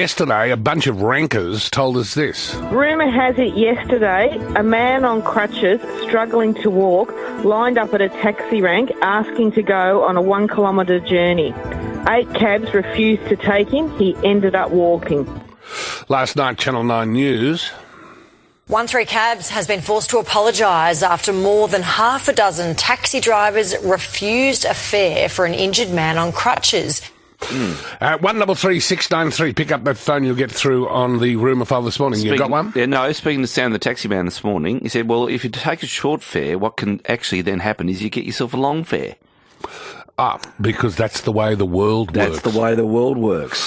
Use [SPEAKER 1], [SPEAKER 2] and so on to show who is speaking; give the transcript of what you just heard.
[SPEAKER 1] Yesterday, a bunch of rankers told us this.
[SPEAKER 2] Rumour has it yesterday, a man on crutches struggling to walk lined up at a taxi rank asking to go on a one kilometre journey. Eight cabs refused to take him. He ended up walking.
[SPEAKER 1] Last night, Channel 9 News.
[SPEAKER 3] One Three Cabs has been forced to apologise after more than half a dozen taxi drivers refused a fare for an injured man on crutches.
[SPEAKER 1] Uh, one double three six nine three. Pick up that phone. You'll get through on the rumor file this morning. you got
[SPEAKER 4] Speaking-
[SPEAKER 1] one?
[SPEAKER 4] Yeah, no, speaking to Sam, the taxi man this morning, he said, well, if you take a short fare, what can actually then happen is you get yourself a long fare.
[SPEAKER 1] Ah, because that's the way the world
[SPEAKER 5] That's
[SPEAKER 1] works.
[SPEAKER 5] the way the world works.